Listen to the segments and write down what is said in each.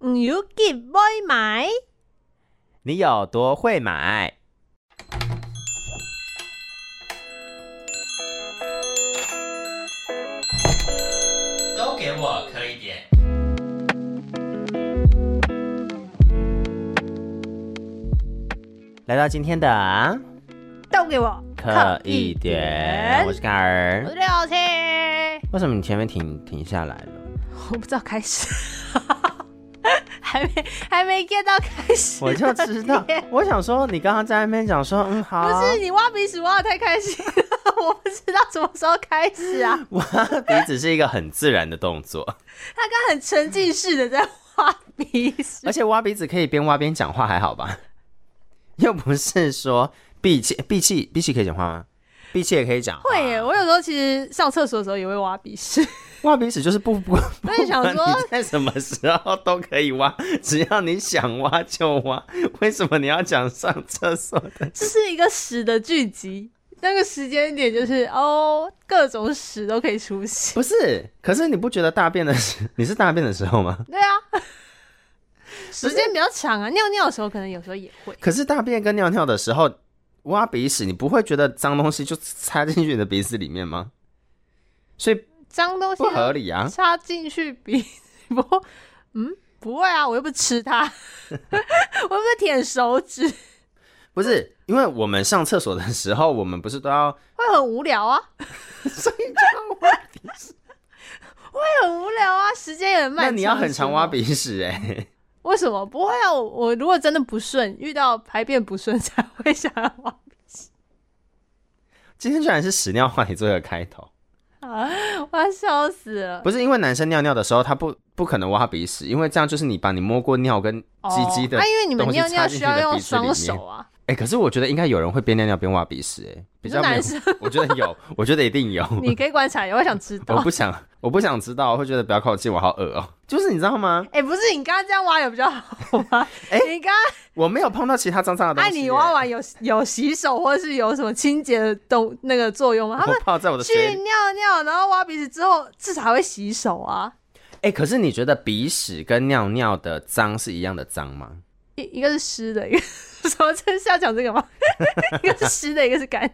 唔要结买买，你有多会买？都给我磕一点。来到今天的都给我磕一点，我是盖我儿。是老师。为什么你前面停停下来了？我不知道开始， 还没还没 get 到开始，我就知 道，我想说你刚刚在那边讲说，嗯，好，不是你挖鼻屎挖的太开心 了，我不知道什么时候开始啊。 我鼻子是一个很自然的动作，他刚很沉浸式的在挖鼻屎， 而且挖鼻子可以边挖边讲话，还好吧？ 又不是说闭气，闭气，闭气可以讲话吗？闭气也可以讲话。啊会耶！我有时候其实上厕所的时候也会挖鼻 屎，挖鼻屎就是不不，我也想说你在什么时候都可以挖，只要你想挖就挖。为什么你要讲上厕所的？这是一个屎的聚集，那个时间点就是哦，各种屎都可以出现。不是，可是你不觉得大便的时，你是大便的时候吗？对啊， 时间比较长啊，尿尿的时候可能有时候也会。可是大便跟尿尿的时候挖鼻屎，你不会觉得脏东西就插进去你的鼻子里面吗？所以脏东西不合理啊！插进去鼻，不，嗯，不会啊，我又不吃它， 我又不是舔手指，不是，因为我们上厕所的时候，我们不是都要，会很无聊啊， 所以就要挖。会很无聊啊，时间也很漫那长。你要很常挖，鼻屎哎、 为什么不会啊？我我如果真的不顺，遇到排便不顺才会想要挖。今天居然是屎尿话题做一个开头，我要笑死了！不是因为男生尿尿的时候他不不可能挖鼻屎，因为这样就是你把你摸过尿跟鸡鸡的哦啊，因为你们东西尿插尿进需去你要的用鼻子里双面手啊，哎、可是我觉得应该有人会边尿尿边挖鼻屎哎、你比较说没男有生，我觉得 有，我觉得一定有。 你可以观察一下，我想知我道。不想，我不想知道，我会觉得不要靠近我，好恶哦、就是你知道吗？哎、不是你刚刚这样挖有比较好吗？ 哎你刚我没有碰到其他脏脏的刚东西、爱哎你挖，完有有洗手或是有什么清洁的动那个作用吗？他们我泡哦在我的去水里。尿尿，然后挖鼻子之后，至少还会洗手啊。哎、可是你觉得鼻屎跟尿尿的脏是一样的脏吗？一一个是湿的，一个 什么？这是要讲这个 吗？一个是湿的，一个是干的，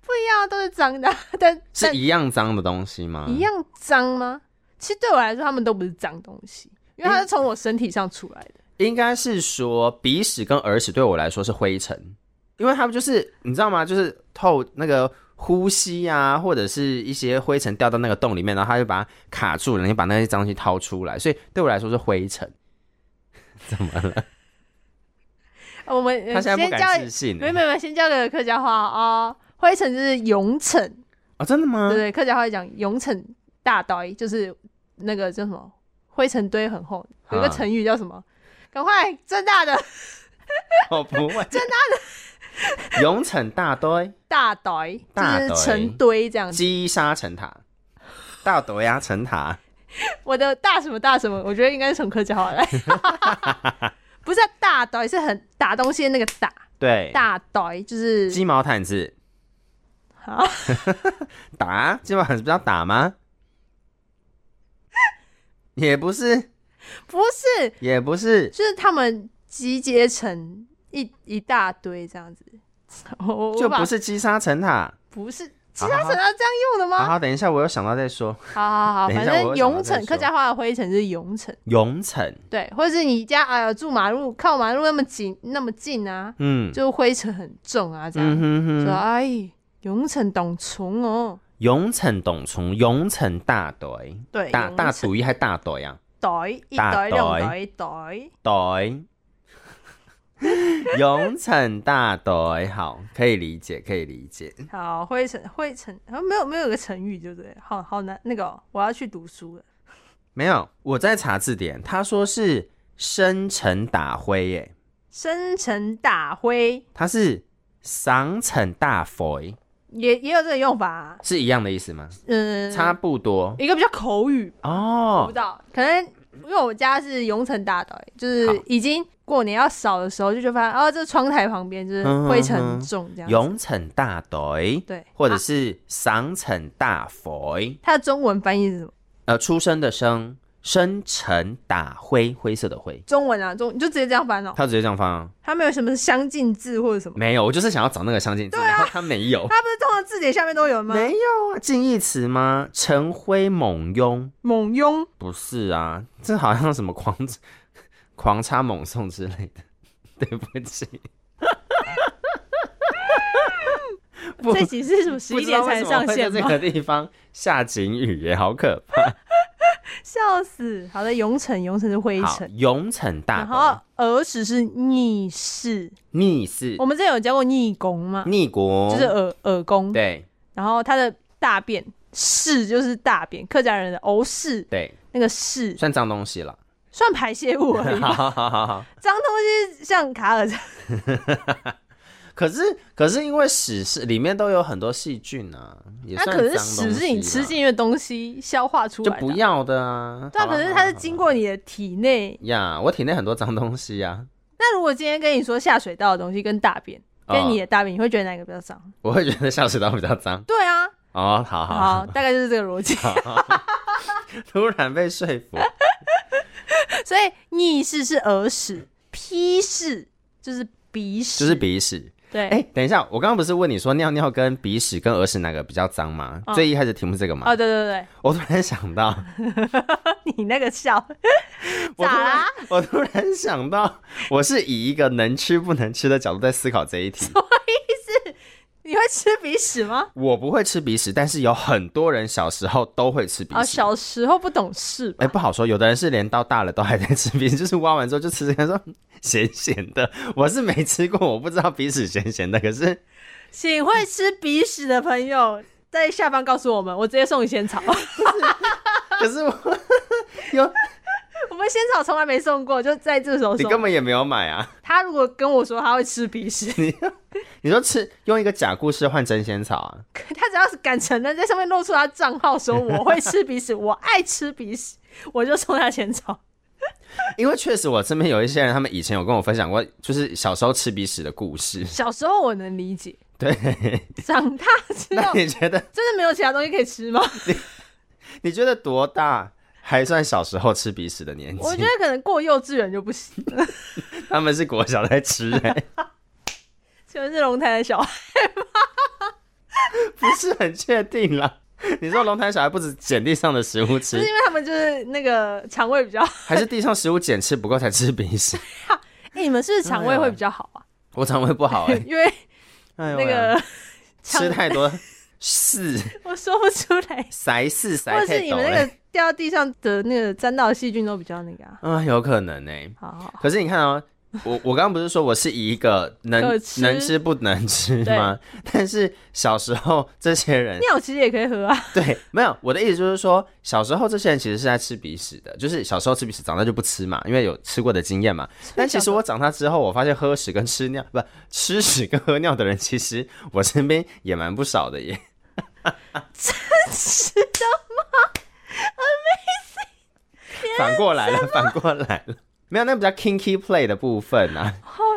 不一样啊，都是脏的啊，但是但一样啊脏的东西吗？一。样脏吗？其实对我来说，他们都不是脏东西，因为它是从我身体上出来的。应该是说鼻屎跟耳屎对我来说是灰尘，因为它们就是你知道吗？就是透那个呼吸啊，或者是一些灰尘掉到那个洞里面，然后它就把它卡住了，你把那些脏东西掏出来，所以对我来说是灰尘。怎么了？我们呃他现在不先教敢置信没欸、有没有，没有先教个客家话啊、灰尘就是涌尘，哦，真 的吗？对对，客家话讲涌尘大堆，就是那个叫什么灰尘堆很厚，有一个啊成语叫什么？赶快正大的我哦不会，真的。永城大堆，大堆，就大是堆成堆这样子。积沙成塔，大堆呀、成塔。我的大什么大什么，我觉得应该是从客家话 来，不是啊大堆，是很打东西的那个打对，大堆，就是哎鸡毛掸子啊。 打鸡毛掸子不叫打吗？也不是，不是，也不是，就是他们集结成一一大堆这样子，我啊就我把不是积沙成塔。不是。其好他好城要这样用的好吗？好，等一下，我有想到再说。好好好，啊等一下反正我会想到涌再城说客家话的灰尘就是涌城，永城，对，或者是你家哎呀住马路靠马路那么紧那么近啊，嗯，就灰尘很重啊，这样嗯哼哼，说哎，永城懂虫哦，永城董虫，永城大堆，对，大大 ถุ 堆还大堆啊？袋一大袋两袋袋袋，对， 永城大对，好，可以理解，可以理解。好灰尘灰尘，啊没有没有一个成语对不对？好好难那个哦、我要去读书了。没有，我在查字典，他说是生辰打灰，耶，生辰打灰它是赏辰大灰，也也有这个用法、啊，是一样的意思吗？嗯，差不多一个比较口语，我不哦知。道，可能因为我家是永城大的、就是好已经过年要扫的时候，就就发现哦，这窗台旁边就是嗯灰尘嗯嗯很重这样子。永城大对，对，或者啊是赏辰大佛，它的中文翻译是什么？呃，出生的生，生辰打灰，灰色的灰，中文啊，中你就直接这样翻哦，他直接这样放、啊，它没有什么相近字或者什么，没有，我就是想要找那个相近字，然后他没有，它不是通常字典下面都有吗？啊没有啊，近义词吗？晨灰猛拥，猛庸不是啊，这好像什么狂 狂插猛送之类的， 对不起，不这集是什么十一点才上线不知道为什么会在吗？这个地方下警语也好可怕。 笑死！好的，永城，永城是灰好尘，，永城 大然功后，儿时是逆世，逆是我们之前有教过逆宫吗？逆国，哦就是耳耳公，对然后它的大便是就是大便，客家人的哦是对，那个是算脏东 西了。算排泄物而已， 好好好好好。脏东西像卡尔，可是可是因为屎是里面都有很多细菌啊，也那算可是脏东屎是你西吃啦进去的东西消化出就来的不啊，要的啊。对啊，好啦可是好它啦是好啦啊经过你的体内。呀我体内很多脏东西啊呀、那如果今天跟你说下水道的东西跟大便，哦跟你的大便，你会觉得哪个比较脏？我会觉得下水道比较脏。对啊，哦，好好好，大概就是这个逻辑。 突然被说服。 所以逆式是耳屎，批式就是鼻屎，就是鼻屎。对， 哎、等一下，我刚刚不是问你说尿尿跟鼻屎跟耳屎哪个比较脏吗？嗯最一开始题目是这个吗？哦，对对 我突然想到，对，你那个笑，我突咋然啦？我突然想到，我是以一个能吃不能吃的角度在思考这 一题。你会吃鼻屎吗？我不会吃鼻屎，但是有很多人小时候都会吃鼻啊，屎。小时候不懂事吧哎、？不好说，有的人是连到大了都还在吃鼻屎， 就是挖完之后就吃吃看，说嗯咸咸的。我是没吃过，我不知道鼻屎咸咸的。可是请会吃鼻屎的朋友在下方告诉我们，我直接送你仙 草。可是我 有我们仙草从来没送过，就在这时候你根送。本也没有买啊。他如果跟我说他会吃鼻屎， 你说吃用一个假故事换真仙草啊？ 他只要是敢承认在上面露出他账号说我会吃鼻屎，我爱吃鼻屎，我就送他仙草。因为确实我身边有一些人，他们以前有跟我分享过，就是小时候吃鼻屎的故事。 小时候我能理解，对，长大之那后你觉得真的没有其他东西可以 吃吗？你觉得多大还算小时候吃鼻屎的年纪？我觉得可能过幼稚园就不行， 他们是国小在吃、 欸，请问是龙潭的小孩，不是很确定啦。你说龙潭小孩不止捡地上的食物就是吃，因为他们就是那个肠胃比较 好。还是地上食物捡吃不够才吃鼻屎？ 哎，你们是不是肠胃会比较好啊？我肠胃不好哎、欸， 因为哎呦那喂啊 个吃太多屎我说不出来，塞屎塞或者太是你多们了、欸那个掉到地上的那个沾到的细菌都比较那个啊。啊、有可能哎、好好，好可是你看哦，我我刚刚不是说我是以一个可能吃能吃不能吃吗？但是小时候这些人，尿其实也可以喝啊。对，没有我的意思就是说，小时候这些人其实是在吃鼻屎的，就是小时候吃鼻屎，长大就不吃嘛，因为有吃过的经验嘛。但其实我长大之后，我发现喝屎跟吃尿不 吃屎跟喝尿的人，其实我身边也蛮不少的耶。真的吗？ 反过来了，反过来了，没有，那比较 kinky play 的部分啊，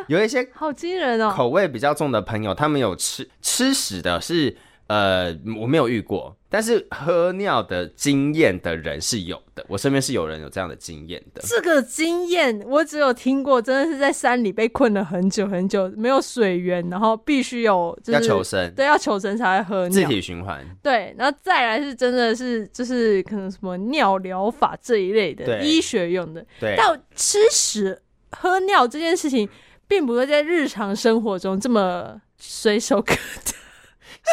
有一些好惊人哦！口味比较重的朋友，他们有吃吃屎的是呃，我没有遇过，但是喝尿的经验的人是有的，我身边是有人有这样的经验的。这个经验我只有听过，真的是在山里被困了很久很久，没有水源，然后必须有就是要求生，对要求生才会喝自尿。体循环，对，然后再来是真的是就是可能什么尿疗法这一类的对医学用的，对，啊 但吃屎喝尿这件事情，并不会在日常生活中这么随手可得。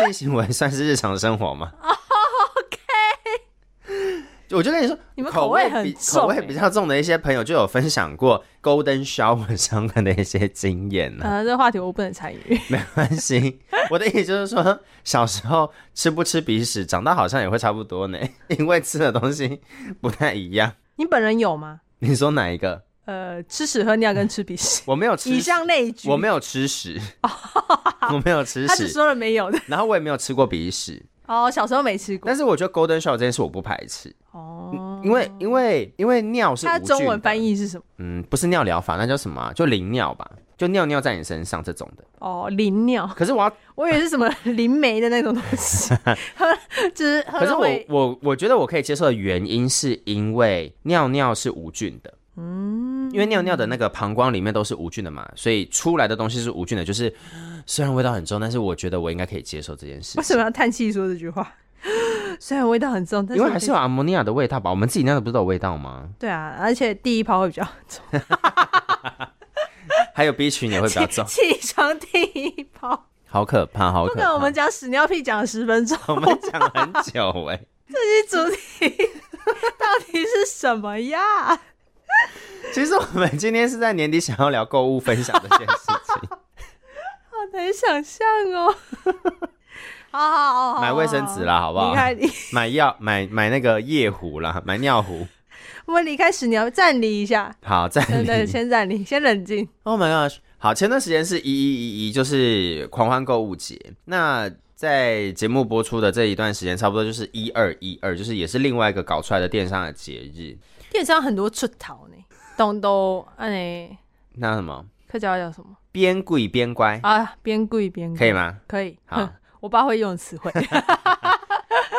性行为算是日常生 活吗、o 哦 k 我就跟你说，你们口口味很比重口味欸比较重的一些朋友就有分享过 Golden Shower 相关的一些经验啊呢、呃，这个话题我不能参与。没关系，我的意思就是说，小时候吃不吃鼻屎，长大好像也会差不多呢，因为吃的东西不太一样。你本人有吗？你说哪一个？，呃，吃屎喝尿跟吃鼻屎我没有吃屎，以上那一句，我没有 吃屎，我没有吃他只屎，说了没 有的。然后我也没有吃过鼻屎，哦，小时候没吃过但。是我觉得 Golden Shower 这件事我不排斥。哦，因为因为因为尿是它无的中菌文的翻译是什么？嗯，不是尿疗法，那叫什么啊、就淋尿吧，就尿尿在你身上这种的。哦，淋尿，可是我要，我以为是 什么灵媒的那种东西，喝就是喝可是了我会我我觉得我可以接受的原因是因为尿尿是无菌的。嗯，因为尿尿的那个膀胱里面都是无菌的嘛，所以出来的东西是无菌的。就是虽然味道很重，但是我觉得我应该可以接受这件事为什情，么要叹气说这句话？ 虽然味道很重，但是因为我还觉是有阿莫尼亚的味道吧。我们自己尿的不是都有味道吗得？对啊，而且第一泡会比较重，还有 B 群也会比较 重，起床第一泡。好可怕，好不可可能，怕。我们讲屎尿屁讲了十分 钟，我们讲很 久哎、这主题到底是什么呀？其实我们今天是在年底想要聊购物分享这件事 情。好难想象哦。好好好好，买卫生纸啦，好不好离？开你，买药，买买那个夜壶啦，买尿壶。我们离开屎尿，暂离一 下，好，再对对，理。先暂离，先冷静。 Oh my gosh！好，前段时间是一一一一，就是狂欢购物节。那在节目播出的这一段时间，差不多就是一二一二，就是也是另外一个搞出来的电商的节日。电商很多出逃呢，东都安尼，那什么，客家话叫什么边贵边乖，啊？边贵边可以吗？吗？可以。好哼 我爸会用的词汇。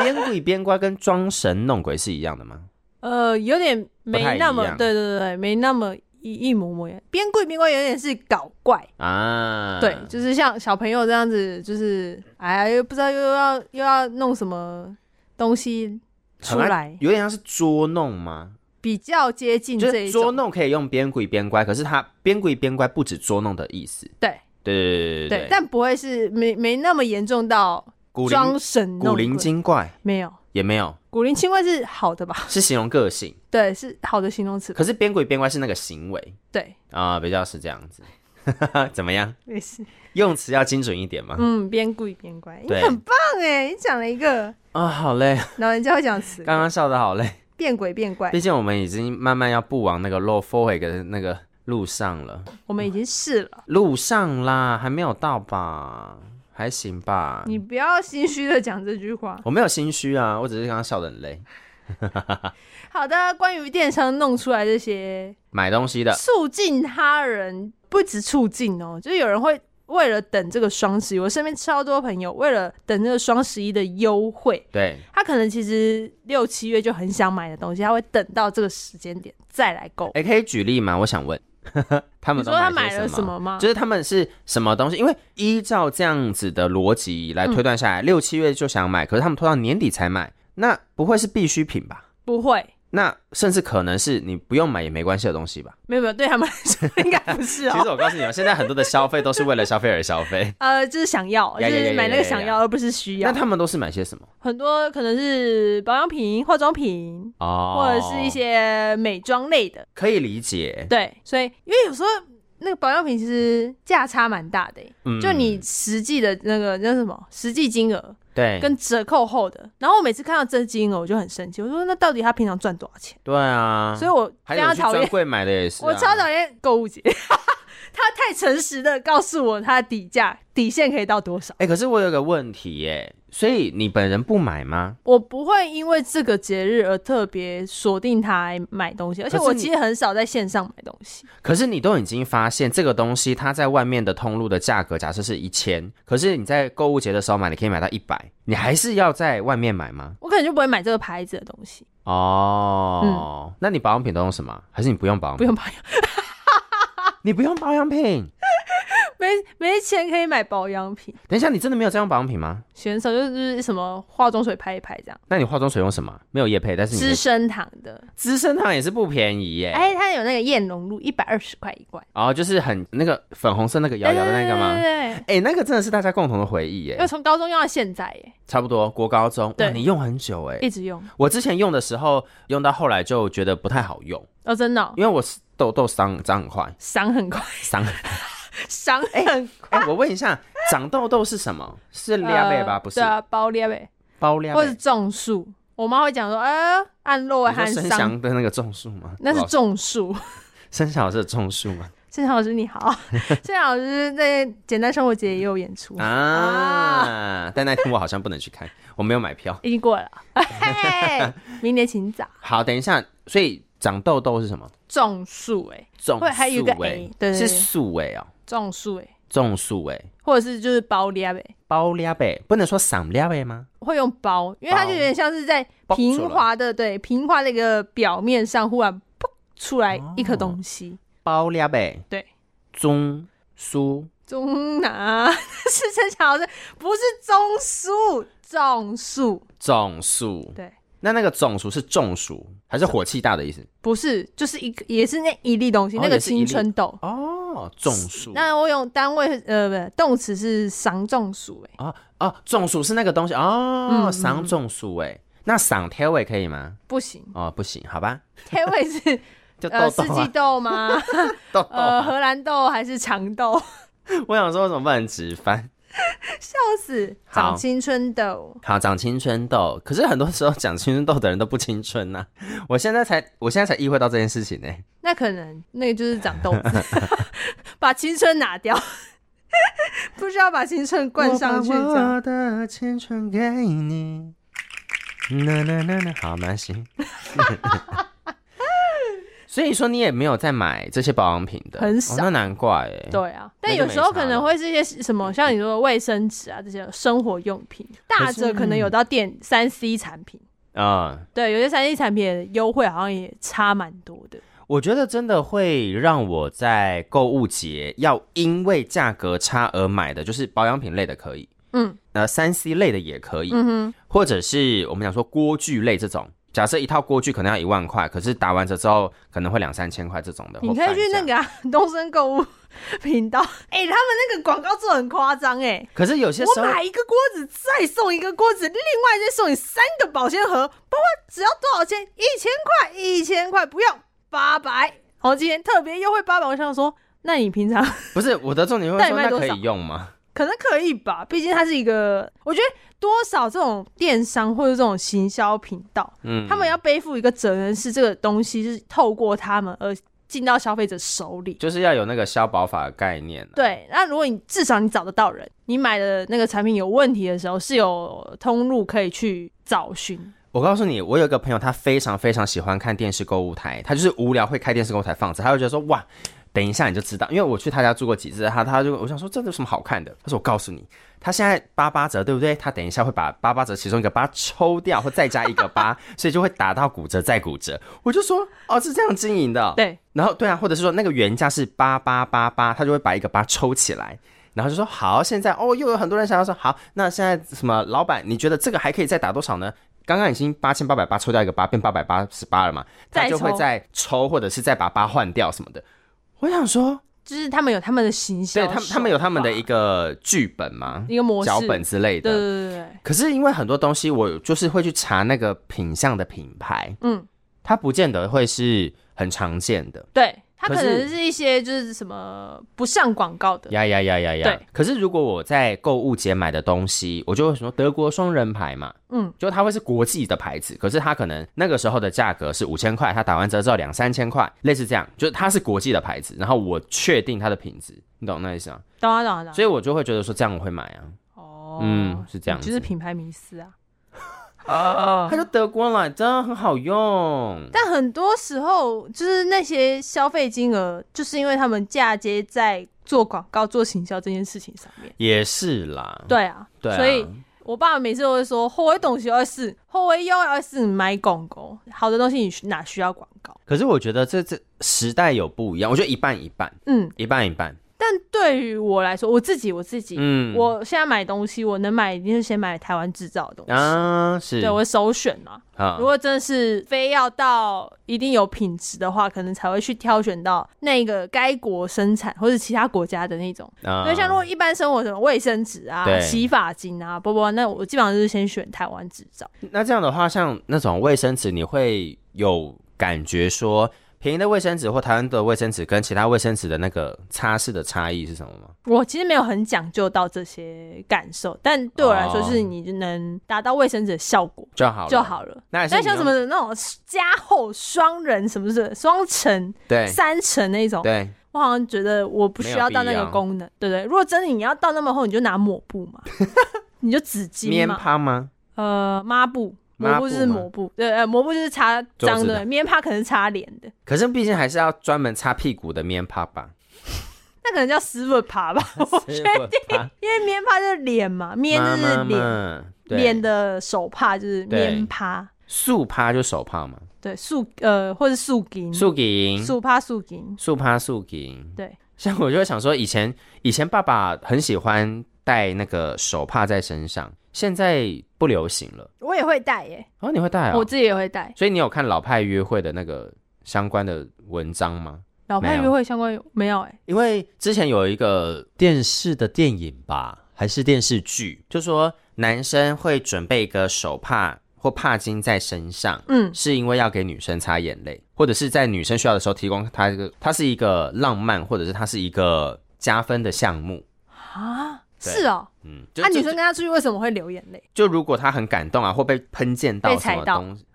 边贵边乖跟装神弄鬼是一样的吗？呃，有点没那不么太一，样对对对对，没那么一一模模样。边贵边怪有点是搞怪，啊，对，就是像小朋友这样子，就是哎呀，又不知道又要又要弄什么东西出很爱来，有点像是捉弄吗？比较接近就这是一捉种。弄可以用边贵边乖，可是它边贵边乖不止捉弄的意思。对对对对对对，但不会是没没那么严重到古灵装神弄古灵鬼精怪没有，也没有，古灵精怪是好的吧？ 是形容个性。对，是好的形容词。可是边鬼边怪是那个行为对，啊、比较是这样子。 怎么样？也是，用词要精准一点嘛。嗯，边贵边乖，你对很棒哎，你讲了一个啊、好累，老人家会讲词，刚刚笑的好累。变鬼变怪，毕竟我们已经慢慢要步往那个 low f o r 的那个路上了，我们已经试了，路上啦，还没有到吧？还行吧。你不要心虚的讲这句话。我没有心虚啊，我只是刚刚笑得很累。好的，关于电商弄出来这些买东西的促进他人，不止促进哦，就是有人会为了等这个双十一，我身边超多朋友为了等这个双十一的优惠，对，他可能其实六七月就很想买的东西，他会等到这个时间点再来购。哎、可以举例吗？我想问， 他你们都说他买买些了什什么吗？就是他们是什么东西？因为依照这样子的逻辑来推断下来，嗯六七月就想买，可是他们拖到年底才买，那不会是必需品吧？不会，那甚至可能是你不用买也没关系的东西吧？没有没有，对他们来说 应该不是其哦。。实我告诉你们，现在很多的消费都是为了消费而消费 呃，就是想要，就呀呀呀是呀买那个呀想呀要，而不是需那要。他们都是买些什么？很多可能是保养品、化妆品，哦，或者是一些美妆类的。可以理解，对，所以因为有时候那个保养品其实价差蛮大的欸、嗯就你实际的那个那什么实际金额对跟折扣后的，然后我每次看到这金额我就很生气，我说那到底他平常赚多少钱？对啊，所以我还非有常去讨专厌，柜买的也是啊、我超讨厌购物节。 他太诚实的告诉我他的底价底线可以到多少，哎、可是我有个问题耶，所以你本人不买吗？我不会因为这个节日而特别锁定他来买东西，而且可是我你其实很少在线上买东西。可是你都已经发现这个东西，它在外面的通路的价格假设是一千，可是你在购物节的时候买，你可以买到一百，你还是要在外面买吗？我可能就不会买这个牌子的东西，哦，那你保养品都用什么？还是你不用保嗯养不品？用保养，你不用保养品？ 没没钱可以买保养品，等一下，你真的没有在用保养品吗？选手就是什么化妆水拍一拍这样，那你化妆水用什么？没有液配，但是你资的生堂的，资生堂也是不便宜耶。哎，它有那个燕龙露，一百二十块一罐，哦，就是很那个粉红色那个摇摇的那个对吗？对对对哎、那个真的是大家共同的回忆对，要耶，从高中用到现在耶，差不多国高中，哇，呃对你用很久哎。一直用，我之前用的时候，用到后来就觉得不太好用。哦，真的哦，因为我是痘痘长长很快，伤很快，长。伤很快，哎、我问一下，长痘痘是什么？是裂背吧？呃不是对，啊，包裂呗，包裂或者背。种树，我妈会讲说，哎，按落你汗说生伤，祥的那个种树吗？那是老种树， 生祥是种树吗？现场老师你 好，现场老师在简单生活节也有演出，嗯啊！但那天我好像不能去看，我没有买票。已经 过了，嘿，明年请早。好，等一下，所以长痘痘是什么？种树哎，种会还有一个树欸 A，对对对是素哎哦，种树哎，种素哎，或者是就是包裂呗，包料呗，不能说散料呗吗？会用包，因为它就有点像是在包平滑的对平滑的一个表面上忽然噗出来一颗东西，包料呗，对，中书中拿 是陈小是不是中树种树种树，对。那那个种树是中暑还是火气大的意思？不是，就是一个，也是那一粒东西，哦那个也是一粒青春痘。哦，种树那我用单位呃不动词是伤中暑哎，哦哦，种树是那个东西哦，嗯赏种树哎，那赏天尾可以吗？不行 哦，不行，好吧，天位是就呃豆四豆季啊，豆 吗？豆豆呃啊。荷兰豆还是长豆？我想说，为什么不能直翻？笑死，好长青春痘。好，长青春痘，可是很多时候长青春痘的人都不青春呐、我现在才，我现在才意会到这件事情呢、那可能那个就是长 痘子，把青春拿掉， 不需要把青春灌上去这样。我的青春给你。那那那那，好，没关系。 所以说你也没有在买这些保养品的，很少哦那难怪哎、对啊，那但就有时候没差可能了嗯会是一些什么，像你说的卫生纸啊这些生活用品，大可是嗯者可能有到店三 C 产品，啊、对，有些三 C 产品的优惠好像也差蛮多的。我觉得真的会让我在购物节要因为价格差而买的，就是保养品类的可以，嗯，呃，三 C 类的也可以，嗯哼，或者是我们讲说锅具类这种，假设一套锅具可能要一万块，可是打完折之后可能会两三千块这种的。你可以去那或半价，个、啊、东森购物 频道，哎、他们那个广告做得很夸张哎。可是有些时我候买一个锅子，再送一个锅子，另外再送你三个保鲜盒，包括只要多少钱？一千块，一千块，不要八百。好，今天特别优惠八百。我想说，那你平常 不是我的重点会那你说卖那多可少以用吗？可能可以吧，毕竟它是一个，我觉得多少这种电商或者这种行销频道，嗯，他们要背负一个责任，是这个东西是透过他们而进到消费者手里。就是要有那个消保法的概念、，啊对，那如果你至少你找得到人，你买的那个产品有问题的时候，是有通路可以去找寻。我告诉你，我有一个朋友，他非常非常喜欢看电视购物台，他就是无聊会开电视购物台放着，他就觉得说哇。等一下你就知道，因为我去他家住过几次，他他就我想说这有什么好看的？他说我告诉你，他现在八八折，对不对？他等一下会把八八折其中一个八抽掉，或再加一个八，所以就会打到骨折再骨折。我就说哦，是这样经营的哦。对，然后对啊，或者是说那个原价是八八八八，他就会把一个八抽起来，然后就说好，现在哦又有很多人想要说好，那现在什么老板，你觉得这个还可以再打多少呢？刚刚已经八千八百八抽掉一个八，变八百八十八了嘛，他再就会抽再抽或者是再把八换掉什么的。我想说，就是他们有他们的行销对手他法，们他们有他们的一个剧本嘛，一个模式脚本之类对对的。对对对，可是因为很多东西，我就是会去查那个品相的品牌，嗯，它不见得会是很常见的。对，它可可能是是一些就是什么不上广告的，呀呀呀呀呀！对。可是如果我在购物节买的东西，我就会说德国双人牌嘛，嗯，就它会是国际的牌子，可是它可能那个时候的价格是五千块，它打完折之后两三千块，类似这样，就是它是国际的牌子，然后我确定它的品质，你懂那意思吗？懂啊懂啊懂啊。所以我就会觉得说这样我会买啊，哦，嗯是这样子哦就是品牌迷思 啊。 它就德国来，真的很好用。但很多时候，就是那些消费金额，就是因为他们嫁接在做广告、做行销这件事情上面。也是啦，对啊，对啊所以我爸爸每次都会说：“后悔东西要是，后悔要要是买广告，好的东西你哪需要广告可是我觉得这这时代有不一样，我觉得一半一半，？”嗯，一半一半。但对于我来说，我自己我自己，嗯，我现在买东西，我能买一定是先买台湾制造的东西。啊是，对，我会首选嘛。啊如果真的是非要到一定有品质的话，可能才会去挑选到那个该国生产或者其他国家的那种。啊因为像如果一般生活什么卫生纸啊、对洗发精啊、包包，那我基本上就是先选台湾制造。那这样的话，像那种卫生纸，你会有感觉说，便宜的卫生纸或台湾的卫生纸跟其他卫生纸的那个擦拭的差异是什么吗？我其实没有很讲究到这些感受，但对我来说，哦就是你能达到卫生纸的效果就好了，就。好了。那还是但你像什用么那种加厚双人什么什么双层、对三层那种，对，我好像觉得我不需要到那没有个必要功能，对不对？如果真的你要到那么厚，你就拿抹布 嘛，你就纸巾棉嘛，趴吗？呃，抹布。抹抹布布就是吗抹布，对，呃，抹布就是擦脏桌子的，的棉帕可能是擦脸的，可是毕竟还是要专门擦屁股的棉 帕吧？那可能叫湿润帕吧， 我觉得定因为棉帕就是脸嘛，棉就是脸，脸脸的手帕就是对棉帕，素趴就手帕嘛，对，素呃或者素巾，素颈素帕素巾，素趴素颈。对，像我就会想说，以前以前爸爸很喜欢戴那个手帕在身上，现在不流行了。我也会戴耶，哦，你会戴我哦？自己也会戴。所以你有看老派约会的那个相关的文章吗？老派没有约会相关有没有？哎，因为之前有一个电视的电影吧，还是电视剧？就说男生会准备一个手帕或帕巾在身上，嗯，是因为要给女生擦眼泪，或者是在女生需要的时候提供她一个，它是一个浪漫，或者是它是一个加分的项目。啊，对是哦，嗯，就那女就生跟他出去为什么会流眼泪？就如果她很感动啊，或被喷溅到被什踩么到东西，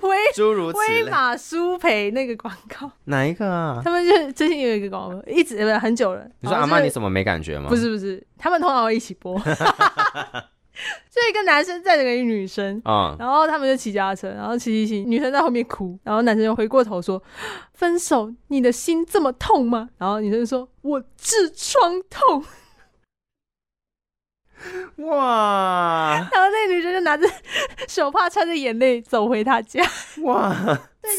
喂。诸如此威类。马苏培那个广告，哪一个啊？他们就是最近有一个广告，一直呃不很久了。你说然后阿妈，就是你怎么没感觉吗？不，是不是，他们通常会一起 播，就一个男生载着一个女生。嗯，然后他们就骑脚踏车，然后骑骑骑，女生在后面哭，然后男生就回过头说：“分手，你的心这么痛吗？”然后女生就说：“我痔疮痛。 哇”然后那个女生就拿着手帕，擦着眼泪走回她家。哇，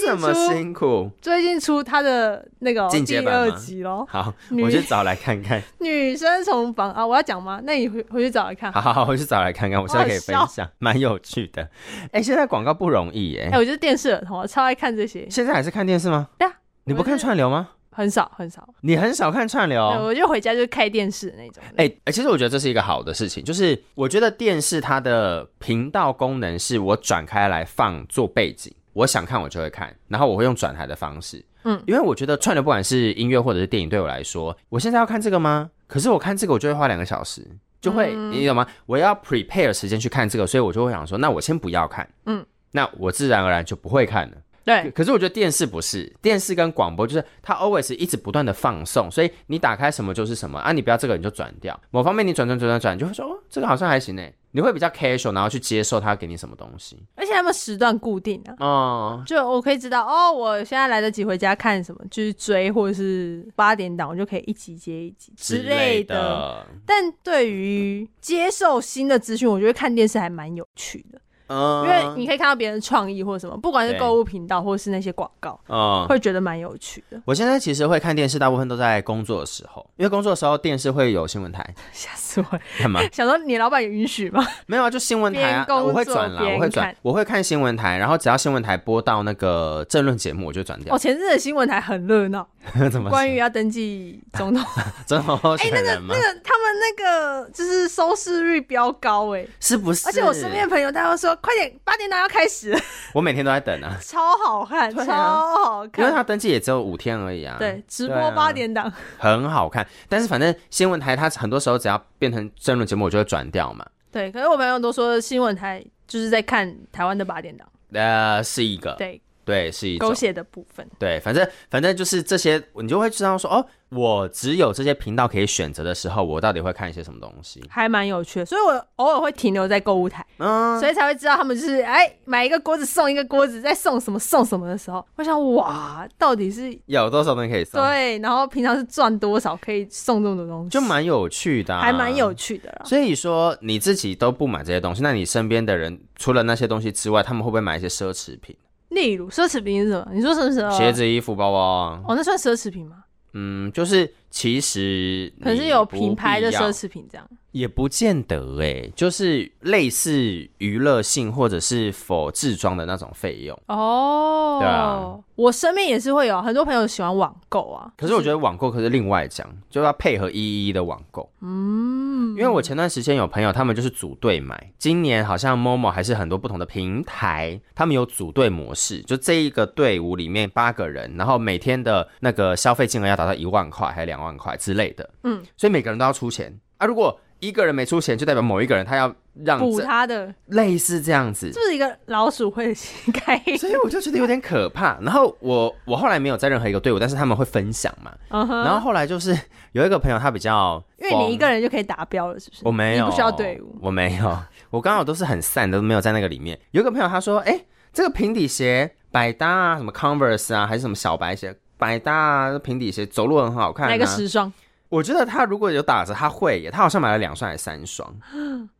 这么出辛苦。最近出她的那个哦进第阶版吗二集咯，好，女我去找来 看看。女生从房啊，我要讲吗？那你回回去找来看。好好好，我去找来看看，我现在可以分好好享，蛮有趣的。哎、现在广告不容易耶、哎、我就是电视儿童，我超爱看这些，现在还是看电视吗？对啊，你不我看是串流吗？很少很少。你很少看串流。对，我就回家就开电视那种。哎、哎，其实我觉得这是一个好的事情，就是我觉得电视它的频道功能是我转开来放做背景，我想看我就会看，然后我会用转台的方式，嗯，因为我觉得串流不管是音乐或者是电影，对我来说，我现在要看这个吗？可是我看这个我就会花两个小时，就会、嗯你懂吗？我要 prepare 时间去看这个，所以我就会想说，那我先不要看，嗯，那我自然而然就不会看了。可对，可是我觉得电视不是，电视跟广播就是它 always 一直不断的放送，所以你打开什么就是什么啊，你不要这个你就转掉，某方面你转转转转转，你就会说哦，这个好像还行呢，你会比较 casual，然后去接受它给你什么东西而且他们时段固定啊，哦。就我可以知道哦，我现在来得及回家看什么，就是追或者是八点档，我就可以一集接一集之类的。的，但对于接受新的资讯，我觉得看电视还蛮有趣的，嗯因为你可以看到别人的创意或者什么，不管是对购物频道或是那些广告，哦，会觉得蛮有趣的。我现在其实会看电视，大部分都在工作的时候，因为工作的时候电视会有新闻台，吓死我！了，干嘛？想说你老板允许吗？没有啊，就新闻台边，啊工作我会转啦，边我会转看，我会看新闻台，然后只要新闻台播到那个政论节目，我就转掉哦，。前日的新闻台很热闹， 怎哦么说关于要登记总统， 真的候选人吗？哎那个他们那个就是收视率飙高哎、是不是？而且我身边的朋友，他们说快点，八点档要开始了， 我每天都在等啊，超好看，对啊超好因为看。他登记也只有五天而已啊。对，直对播啊八点档，很好看，但是反正新闻台它很多时候只要变成争论节目，我就会转掉嘛。对。可是我朋友都说新闻台就是在看台湾的八点档，呃，是一个对，对，是一狗种血的部分。对，反正反正就是这些，你就会知道说哦，我只有这些频道可以选择的时候，我到底会看一些什么东西。还蛮有趣的，所以我偶尔会停留在购物台，嗯，所以才会知道他们就是哎买一个锅子送一个锅子，再送什么送什么的时候，我想哇，到底是有多少东西可以送，对，然后平常是赚多少可以送这么多东西，就蛮有趣的、啊，还蛮有趣的啦。所以说你自己都不买这些东西，那你身边的人除了那些东西之外，他们会不会买一些奢侈品？例如奢侈品是什么？你说什么时候？鞋？子、衣服、包包啊，哦，那算奢侈品吗？嗯，就是其实可能是有品牌的你不必要奢侈品这样。也不见得哎、就是类似娱乐性或者是否置装的那种费用。哦，对啊我身边也是会有很多朋友喜欢网购啊。可是我觉得网购可是另外讲，就要配合一一的网购。嗯，因为我前段时间有朋友，他们就是组队买。今年好像 Momo 还是很多不同的平台，他们有组队模式，就这一个队伍里面八个人，然后每天的那个消费金额要达到一万块还是两万块之类的。嗯，所以每个人都要出钱啊。如果一个人没出钱，就代表某一个人他要让补这他的，类似这 样子是，不是一个老鼠会的心概念？所以我就觉得有点可怕。然后我我后来没有在任何一个队伍，但是他们会分享嘛。 嗯哼，然后后来就是 有一个朋友，他比较因为你一疯个人就可以达标了，是不是？我没有，你不需要队伍。我没有，我刚好都是很散的，都没有在那个里面。有一个朋友他说，哎、这个平底鞋百搭啊，什么 Converse 啊，还是什么小白鞋，百搭啊，平底鞋走路很好看、啊。哪个时装？我觉得他如果有打折，他会耶，他好像买了两双还是三 双。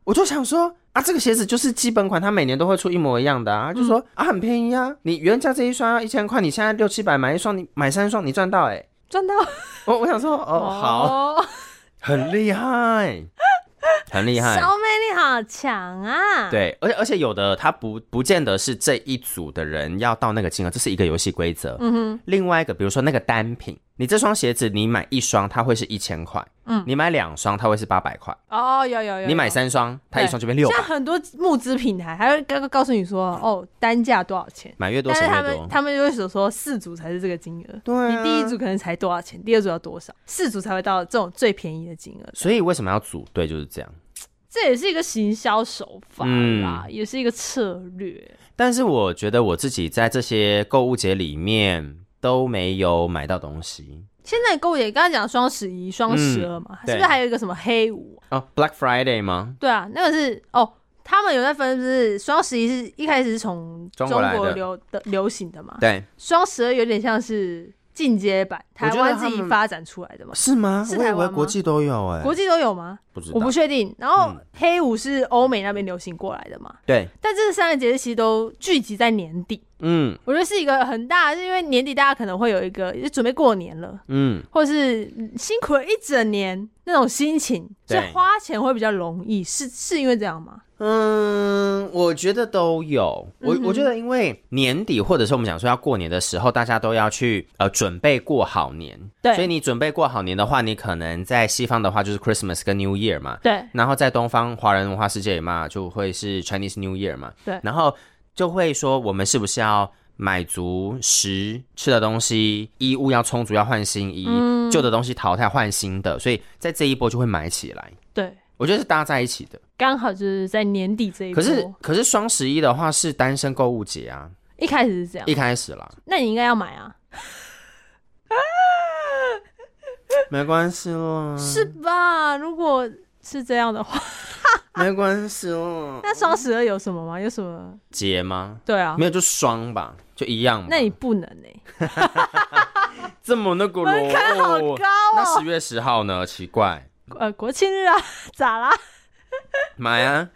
我就想说啊，这个鞋子就是基本款，他每年都会出一模一样嗯的啊。他就说、啊，很便宜啊，你原价这一双要一千块，你现在六七百买一双，你买三双你赚到哎。赚到我我想说哦，好，哦很厉 害，很厉害，小美你好强啊！，对，而且而且有的他不不见得是这一组的人要到那个金额，这是一个游戏规则。嗯哼。另外一个，比如说那个单品，你这双鞋子你买一双，它会是一千块。嗯。你买两双，它会是八百块。哦，有有有有，你买三双，啊它一双就变六有，百像。很多募资平台还会刚刚告诉你说，哦，单价多少钱，买越多但是省他越们多。他们就会所说四组才是这个金额，对啊你第一组可能才多少钱，第二组要多少，四组才会到这种最便宜的金额，所以为什么要组队就是这样？这也是一个行销手法啦，嗯也是一个策略。但是我觉得我自己在这些购物节里面都没有买到东西现在购物也刚刚讲双十一、双十二嘛，嗯对是不是还有一个什么黑五哦。Black Friday 吗？对啊，那个是哦，他们有在分，就是双十一是一开始是从中中国来的国流的流行的嘛，对，双十二有点像是进阶版，我台觉得湾他自己们发展出来的嘛，是吗是台湾吗都有哎国际都有吗？不知我道嗯不。确定。然后黑五是欧美那边流行过来的嘛，对，但这三个节日其实都聚集在年底，嗯我觉得是一个很大，是因为年底大家可能会有一个就准备过年了。嗯，或是辛苦了一整年那种心情，所以对花钱会比较容易，是是因为这样吗？嗯，我觉得都有。我嗯哼我觉得，因为年底或者是我们讲说要过年的时候，大家都要去呃准备过好年。对所以你准备过好年的话，你可能在西方的话就是 Christmas 跟 New Year 嘛，对，然后在东方华人文化世界里嘛，就会是 Chinese New Year 嘛。对然后就会说我们是不是要买足食吃的东西，衣物要充足，要换新衣，嗯旧的东西淘汰换新的，所以在这一波就会买起来。对，我觉得是搭在一起的。刚好就是在年底这一可波。是可是双十一的话是单身购物节啊，一开始是这样一，开始啦，那你应该要买啊，没关系啦，是吧？如果是这样的话，啊没关系啦。那双十二有什么吗？有什么？节吗？对啊没，有就双吧，就一样嘛。那你不能呢、这么那个门槛好咯？高那哦、十月十号呢？奇怪，呃，国庆日啊，咋啦？买 啊！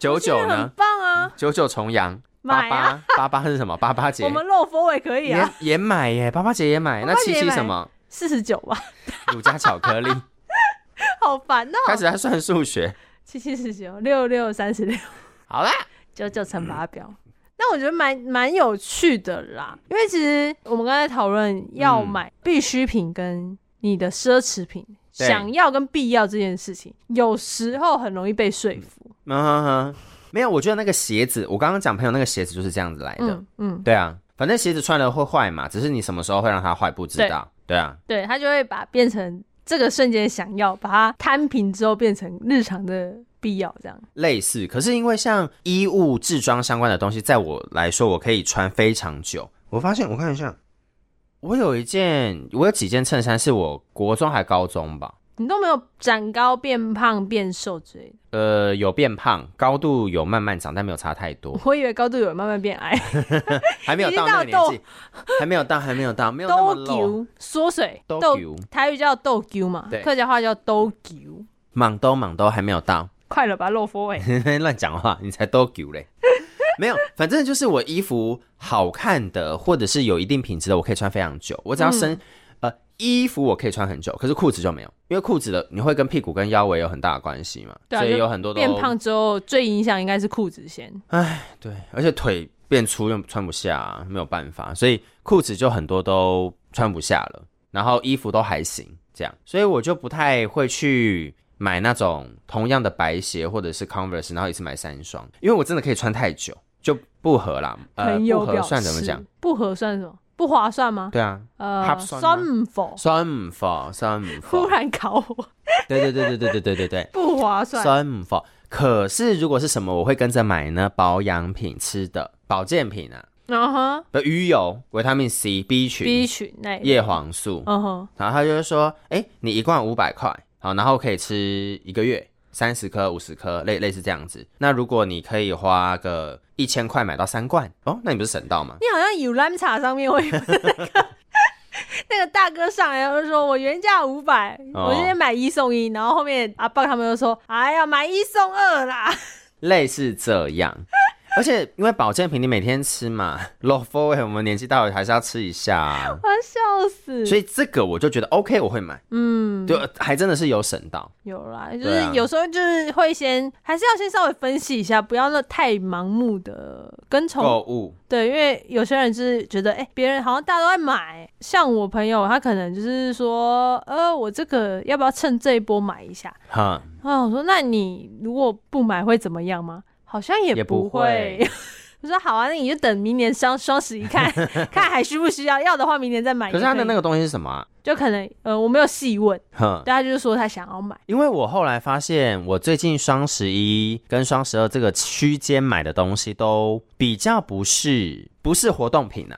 九国庆日九很呢？棒啊，九九重阳，八买啊八八八是什么？八八节我们露佛也可以也啊，也买耶，八八节也买。八那八节七也七买什么？四十九吧， 乳加巧克力。好烦哦、开始在算数学。七七十九，六六三十六，好啦，九九乘法表。那我觉得蛮蛮有趣的啦，因为其实我们刚才讨论要嗯买必需品跟你的奢侈品，对想要跟必要这件事情，有时候很容易被说服。嗯哼哼，没有，我觉得那个鞋子，我刚刚讲朋友那个鞋子就是这样子来的。嗯嗯，对啊，反正鞋子穿了会坏嘛，只是你什么时候会让它坏不知道。对啊，对他就会把变成这个瞬间想要，把它摊平之后变成日常的必要这样。类似。可是因为像衣物、制装相关的东西，在我来说，我可以穿非常久。我发现，我看一下，我有一件，我有几件衬衫是我国中还高中吧，你都没有长高、变胖、变瘦之类的，呃，有变胖，高度有慢慢长，但没有差太多，我以为高度有慢慢变矮，还没有已经到那个到年纪，还没有到，还没有到，没有那么兜 low。球缩水，兜豆球台语叫豆球嘛对，客家话叫兜球。莽兜莽兜还没有到，快了吧，洛 夫伟。乱讲话，你才多 久嘞？没有，反正就是我衣服好看的，或者是有一定品质的，我可以穿非常久。我只嗯要身、呃衣服我可以穿很久，可是裤子就没有，因为裤子的你会跟屁股跟腰围有很大的关系嘛，对啊，所以就有很多都变胖之后，最影响应该是裤子先。对，而且腿变粗又穿不下、没有办法，所以裤子就很多都穿不下了，然后衣服都还行这样，所以我就不太会去买那种同样的白鞋或者是 Converse，然后一次买三双，因为我真的可以穿太久就不合啦，呃，朋不友合表算怎么讲示？不合算什么？不划算吗？对啊，呃合，算吗算否？酸唔否，酸唔 忽否，然考我，对对对对对对对对对，不划算。酸唔否。可是如果是什么，我会跟着买呢？保养品、吃的、保健品啊，嗯哼比如鱼油、维他命 C、B 群、 ，B 群那一类叶黄素，嗯哼，然后他就会说，哎、你一罐五百块，好，然后可以吃一个月，三十颗、五十颗，类类似这样子。那如果你可以花个一千块买到三罐，哦，那你不是省到吗？你好像有蓝茶上面会有 那个那个大哥上来就说：“我原价五百，哦我今天买一送一。”然后后面阿爸他们就说：“哎呀，买一送二啦。 类似这样。而且因为保健品你每天吃嘛，老 f 我们年纪大了还是要吃一下、啊”，我要笑死。所以这个我就觉得 OK，我会买，嗯，对，还真的是有省到。有啦，就对是啊有时候就是会先，还是要先稍微分析一下，不要那太盲目的跟从购物对，因为有些人就是觉得，哎、别人好像大家都在买，像我朋友，他可能就是说，呃，我这个要不要趁这一波买一下？哈，啊，我说，那你如果不买会怎么样吗？好像也也不不会。会 我说好啊，那你就等明年双双十一 看看还需不需要，要的话明年再买可也以。是它的那个东西是什么、啊？就可能呃，我没有细问，哼，对他就是说他想要买，因为我后来发现，我最近双十一跟双十二这个区间买的东西都比较不是不是活动品啊，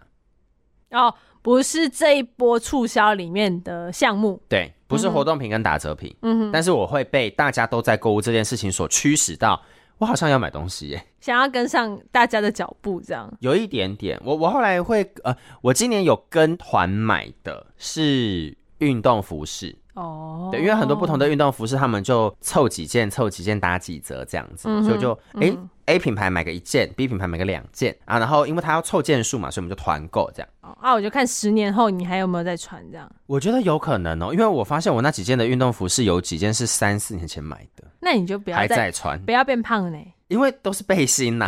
然后不是这一波促销里面的项目。对，不是活动品跟打折品，嗯哼，但是我会被大家都在购物这件事情所驱使到，我好像要买东西耶。想要跟上大家的脚步，这样。有一点点，我我后来会呃，我今年有跟团买的是运动服饰，哦，对，因为很多不同的运动服饰，他们就凑几件，凑几件打几折这样子，嗯哼所以就诶 A 品牌买个一件，B 品牌买个两件啊，然后因为它要凑件数嘛，所以我们就团购这样。哦啊，我就看十年后你还有没有在穿这样。我觉得有可能哦，因为我发现我那几件的运动服饰有几件是三四年前买的，那你就不要还再在穿，不要变胖呢， 因为都是背心 呐、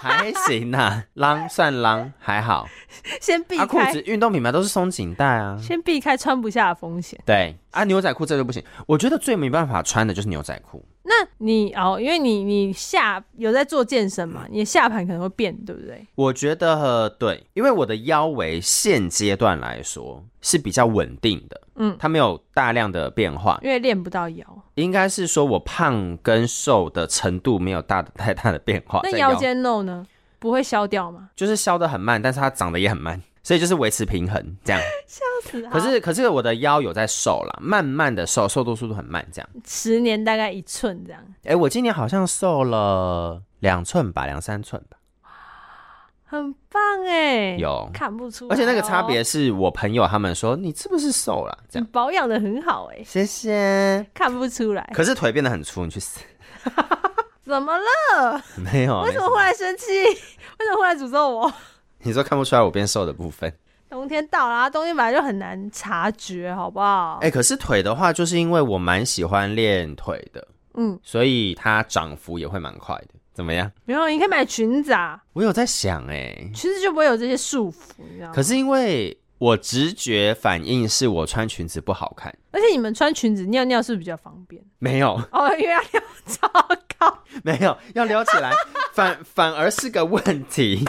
还行呐、浪算浪还好。先避啊，裤开子运动品牌都是松紧带啊，先避开穿不下的风险。对啊，牛仔裤这就不行。我觉得最没办法穿的就是牛仔裤，那你哦，因为你你下有在做健身嗯嘛，你的下盘可能会变，对不对？我觉得呃对，因为我的腰围现阶段来说是比较稳定的，嗯嗯，它没有大量的变化，因为练不到腰，应该是说我胖跟瘦的程度没有大的太大的变化，那在腰间肉呢不会消掉吗？就是消的很慢，但是它长得也很慢，所以就是维持平衡这样。是啊可是可是我的腰有在瘦啦，慢慢的瘦，瘦度速度很慢这样。十年大概一寸这样，哎、我今年好像瘦了两寸吧，两三寸吧，很棒哎，有。看不出来哦，而且那个差别是我朋友他们说你是不是瘦了、这你样，保养的很好哎，谢谢。看不出来，可是腿变得很粗，你去 死！怎么了？哦没有，为什么忽没然生气？ 为什么忽然诅咒我？你说看不出来我变瘦的部分？冬天到了、啊，冬天本来就很难察觉，好不好？哎、可是腿的话，就是因为我蛮喜欢练腿的，嗯，所以它涨幅也会蛮快的。怎么样？没有，你可以买裙子啊，我有在想哎、裙子就不会有这些束缚，你知道吗可？是因为我直觉反应是我穿裙子不好看，而且你们穿裙子尿尿是不是比较方便？没有 哦，因为要尿超高，没有要撩起 来，反反而是个问题。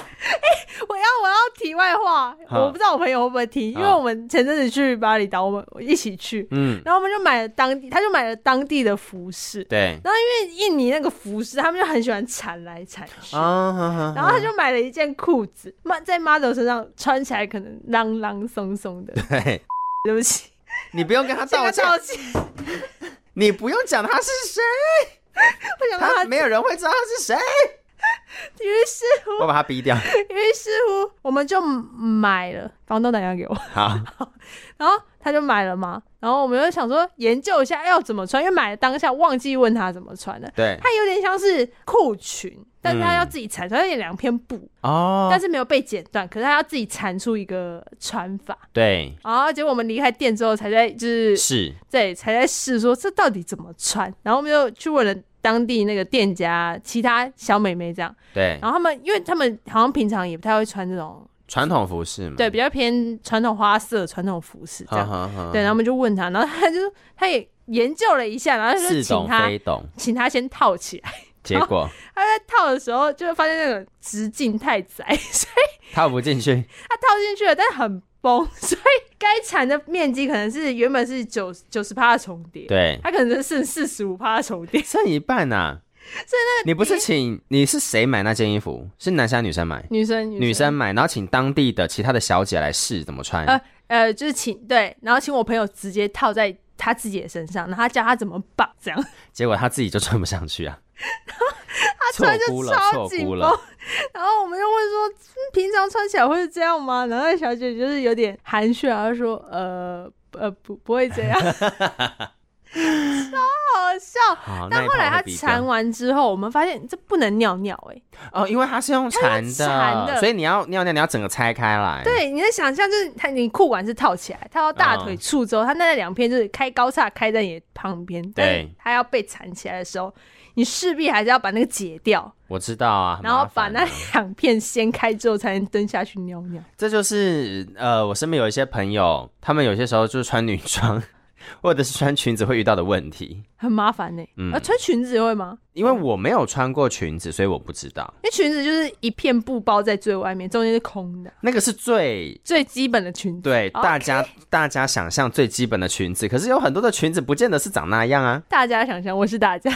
我要我要题外话，啊我不知道我朋友会不会听，因为啊我们前阵子去巴厘岛，我们一起去，嗯，然后我们就买了当地，他就买了当地的服饰，对因为印尼那个服饰他们就很喜欢缠来缠去。啊，哈哈然后他就买了一件裤子，妈在 model 身上穿起来可能啷啷松松 的，对对不起，你不用跟他这道个歉，道歉，你不用讲他是谁，我想让他他。没有人会知道他是谁。于是我把他逼掉。乎，于是乎，我们就买了。房东打电话给我，好，然后他就买了嘛。然后我们就想说研究一下要怎么穿，因为买了当下忘记问他怎么穿了。对它有点像是裤裙，但是它嗯要自己缠出，它有点两片布，哦但，是没有被剪断，可是它要自己缠出一个穿法。对，然后结果我们离开店之后，才在就是是对，才在试说这到底怎么穿。然后我们就去问了当地那个店家，其他小美眉这样。对然后他们，因为他们好像平常也不太会穿这种，传统服饰嘛。对，比较偏传统花色、传统服饰这哈样。哈哈，对，然后我们就问他，然后他就他也研究了一下，然后就似请懂他非懂。请他先套起来， 结果他在套的时候就会发现那种直径太窄， 所以套不进去，他套进去了，但是很崩， 所以该缠的面积可能是原本是九九十趴的重叠，，对，他可能剩四十五趴的重叠， 剩一半呐、啊。你不是请你是谁买那件衣服？是男生还是女生买？女生女生买，然后请当地的其他的小姐来试怎么穿。呃呃，就是请对，然后请我朋友直接套在他自己的身上，然后他教他怎么绑，这样结果他自己就穿不上 去啊，他错穿就估了，超错紧估绷了。。 然后我们就问说，嗯平常穿起来会是这样吗？然后那小姐就是有点含蓄啊，她说呃呃不不会这样， 超好笑。好，那但一后来他趴会比较缠完之后，我们发现这不能尿尿哎、欸哦，因为它是用缠的，缠的所以你要尿尿，你要整个拆开来。，对，你的想象就是他，你裤管是套起来，套到嗯大腿处之后，他那两片就是开高叉开在你的旁边，但是对他要被缠起来的时候，你势必还是要把那个解掉，我知道啊。很然后麻把烦那啊两片掀开之后，才能蹲下去尿尿。这就是呃，我身边有一些朋友，他们有些时候就是穿女装 或者是穿裙子会遇到的问题。很麻烦呢、嗯啊，穿裙子也会吗？因为我没有穿过裙子，所以我不知道因为裙子就是一片布包在最外面，中间是空的，那个是最最基本的裙子。对 OK 大家大家想象最基本的裙子。可是有很多的裙子不见得是长那样啊， 大家想象，我是大家，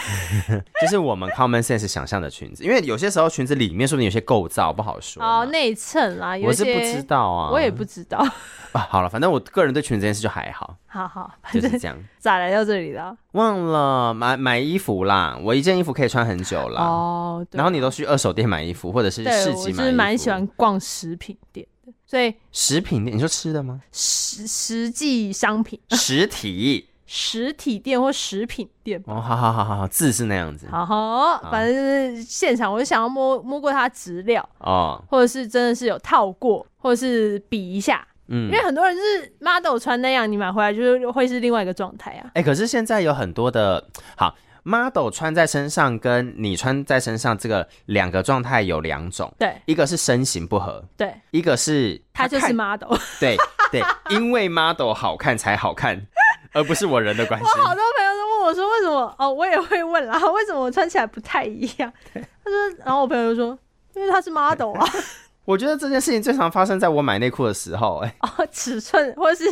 就是我们 common sense 想象的裙子。因为有些时候裙子里面说不定有些构造不好说嘛。哦，内衬啦，有我一是些不知、道啊，我也不知道。 啊，好了，反正我个人对裙子这件事就还好，好好，反就是正 这样。咋来到这里啊了？忘了买买衣服啦，我一件衣服可以穿很久啦。哦，对然后你都去二手店买衣服，或者是对市我集买衣服。就是蛮喜欢逛食品店的，所以食品店，你说吃 的吗？实实际商品、 实体实体店或食品店吧。哦，好好好好好，字是那样子好好，啊反正就是现场，我就想要摸摸过它质料，哦，或者是真的是有套过，或者是比一下，因嗯为。很多人就是 model 穿那样，你买回来就是会是另外一个状态啊。哎、可是现在有很多的好 model 穿在身上，跟你穿在身上这个两个状态有两种，对一个是身形不合，对，一个是他就是看 model，我对对，因为 model 好看才好看，而不是我人的关系。好多朋友都问我说为什么哦，我也会问啦，为什么我穿起来不太一 样？他说，然后我朋友就说，因为他是 model 啊，我觉得这件事情最常发生在我买内裤的时候、哎，哦，尺寸或是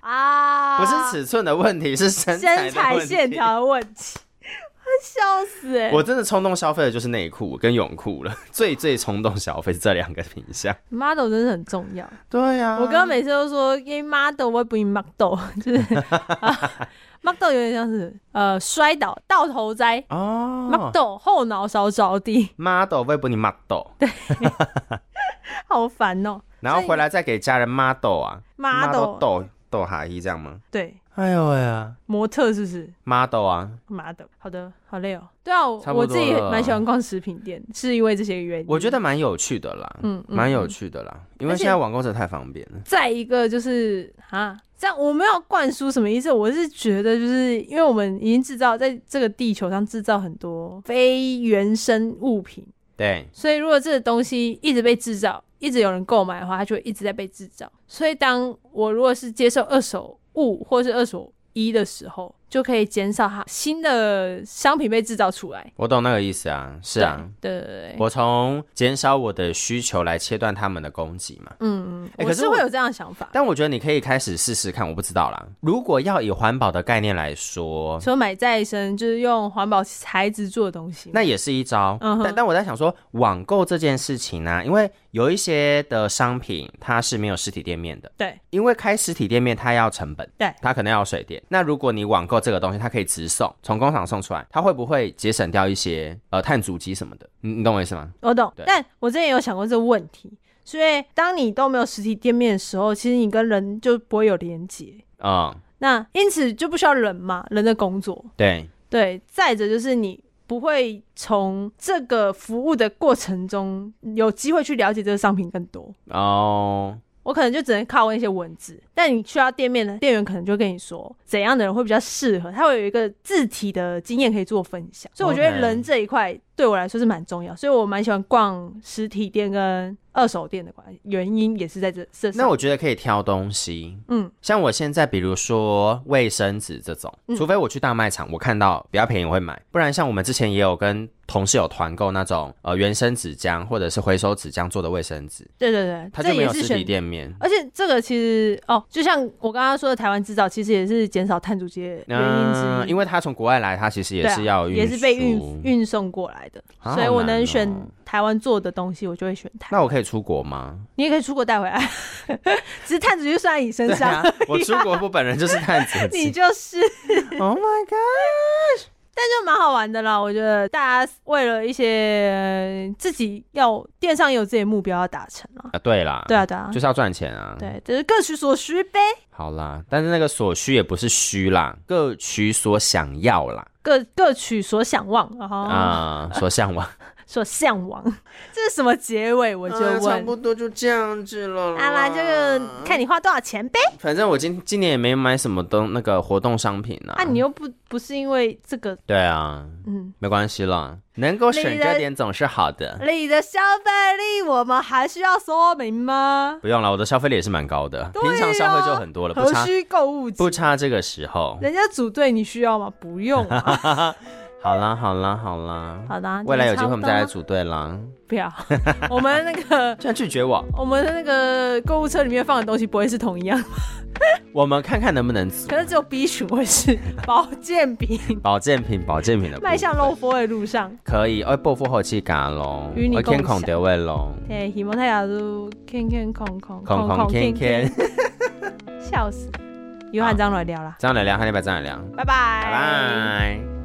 啊，不是尺寸的问题，是身材的身材问题线。条的问题，我笑死哎、我真的冲动消费的就是内裤跟泳裤了， 最最冲动消费是这两个品项。 model 真的很重要。对啊呀、我哥每次都说，因为 model 我也不 model，就是、 啊 model 有点像是呃摔倒倒头栽哦 model 后脑勺着地， ，model 会不你 model，好烦哦、然后回来再给家人 model 啊 model 豆豆哈伊这样吗？对哎呦喂啊模特是不是，model 啊， model？好的，好累哦、对啊，我差不我多自己也了蛮喜欢逛食品店，是因为这些原因。我觉得蛮有趣的啦，嗯嗯蛮有趣的啦，因为而且现在网购真的太方便了。再一个就是啊，这样我没有灌输什么意思，我是觉得就是因为我们已经制造在这个地球上制造很多非原生物品，对，所以如果这个东西一直被制造，一直有人购买的话，它就会一直在被制造。所以当我如果是接受二手物或是二手衣的时候，就可以减少它新的商品被制造出来。我懂那个意思啊，是啊，对，对对对，我从减少我的需求来切断他们的供给嘛。嗯，欸我可是是我会有这样的想法，但我觉得你可以开始试试看，我不知道啦。如果要以环保的概念来说，说买再生就是用环保材质做的东西嘛。那也是一招。嗯哼但但我在想说，网购这件事情呢、因为有一些的商品它是没有实体店面的，对因为开实体店面它要成本，对它可能要有水电。那如果你网购这个东西，它可以直送，从工厂送出来，它会不会节省掉一些呃碳足迹什么的？你你懂我意思吗？我懂对，但我之前有想过这个问题，所以当你都没有实体店面的时候，其实你跟人就不会有连接，嗯，那因此就不需要人嘛，人的工作。对，对，再者就是你不会从这个服务的过程中有机会去了解这个商品更多。哦，我可能就只能靠问一些文字，但你去到店面呢，店员可能就跟你说怎样的人会比较适合，他会有一个字体的经验可以做分享。所以我觉得 OK 人这一块对我来说是蛮重要，所以我蛮喜欢逛实体店跟二手店的关原因也是在这这上。那我觉得可以挑东西，嗯，像我现在比如说卫生纸这种，嗯除非我去大卖场，我看到比较便宜我会买，不然像我们之前也有跟同事有团购那种呃原生纸浆或者是回收纸浆做的卫生纸，对对对，它这就没也有是实选体店面。而且这个其实哦，就像我刚刚说的，台湾制造其实也是减少碳足迹的原因之一，嗯，因为它从国外来，它其实也对啊是要运输、也是被运运送过来的，啊所以我能。选好难哦台湾做的东西，我就会选台那湾。我可以出 国吗？你也可以出国带回来， 只是碳足迹算在你身对上，啊，，我出国不本人就是探子 你就是。 Oh my god！就蛮好玩的啦。我觉得大家为了一些自己要电商也有自己的目标要达成啊。啊，对啦，对啊，对啊，就是要赚钱啊。，对，就是各取所需呗，好啦，但是那个所需也不是虚啦，各取所想要啦，各各取所想望啊、啊、哦所向往。所向往。 这是什么结尾？ 我就问。啊嗯多就这样子了阿拉，这个看你花多少钱呗。反正我今今年也没买什么东那个活动商品啊。啊，你又不不是因为这个，对啊，嗯，没关系啦，能够省你着的点总是 好的。你的消费力，我们还需要说明吗？不用了，我的消费力也是蛮高的，对啊平常消费就很多了，不何差须购物节不？差这个时候。人家组队，你需要吗？不用 啊。好啦好啦好啦，好啦，未来有就机会我们再差来不多组队啦。不要，我们那个 居然拒绝我，我们的那个购物车里面放的东西不会是同一样， 我们看看能不能组可是只有 B 群会是保健 品，保健品保健品的部分迈向 low f o 的路上。可以，哎我报复后期加咯，与你我共天空享得位咯，哎，希望大家都健健康康，空空天天，笑死！有汉章来聊啦，张奶良，汉尼拜张奶良，拜拜，拜拜拜。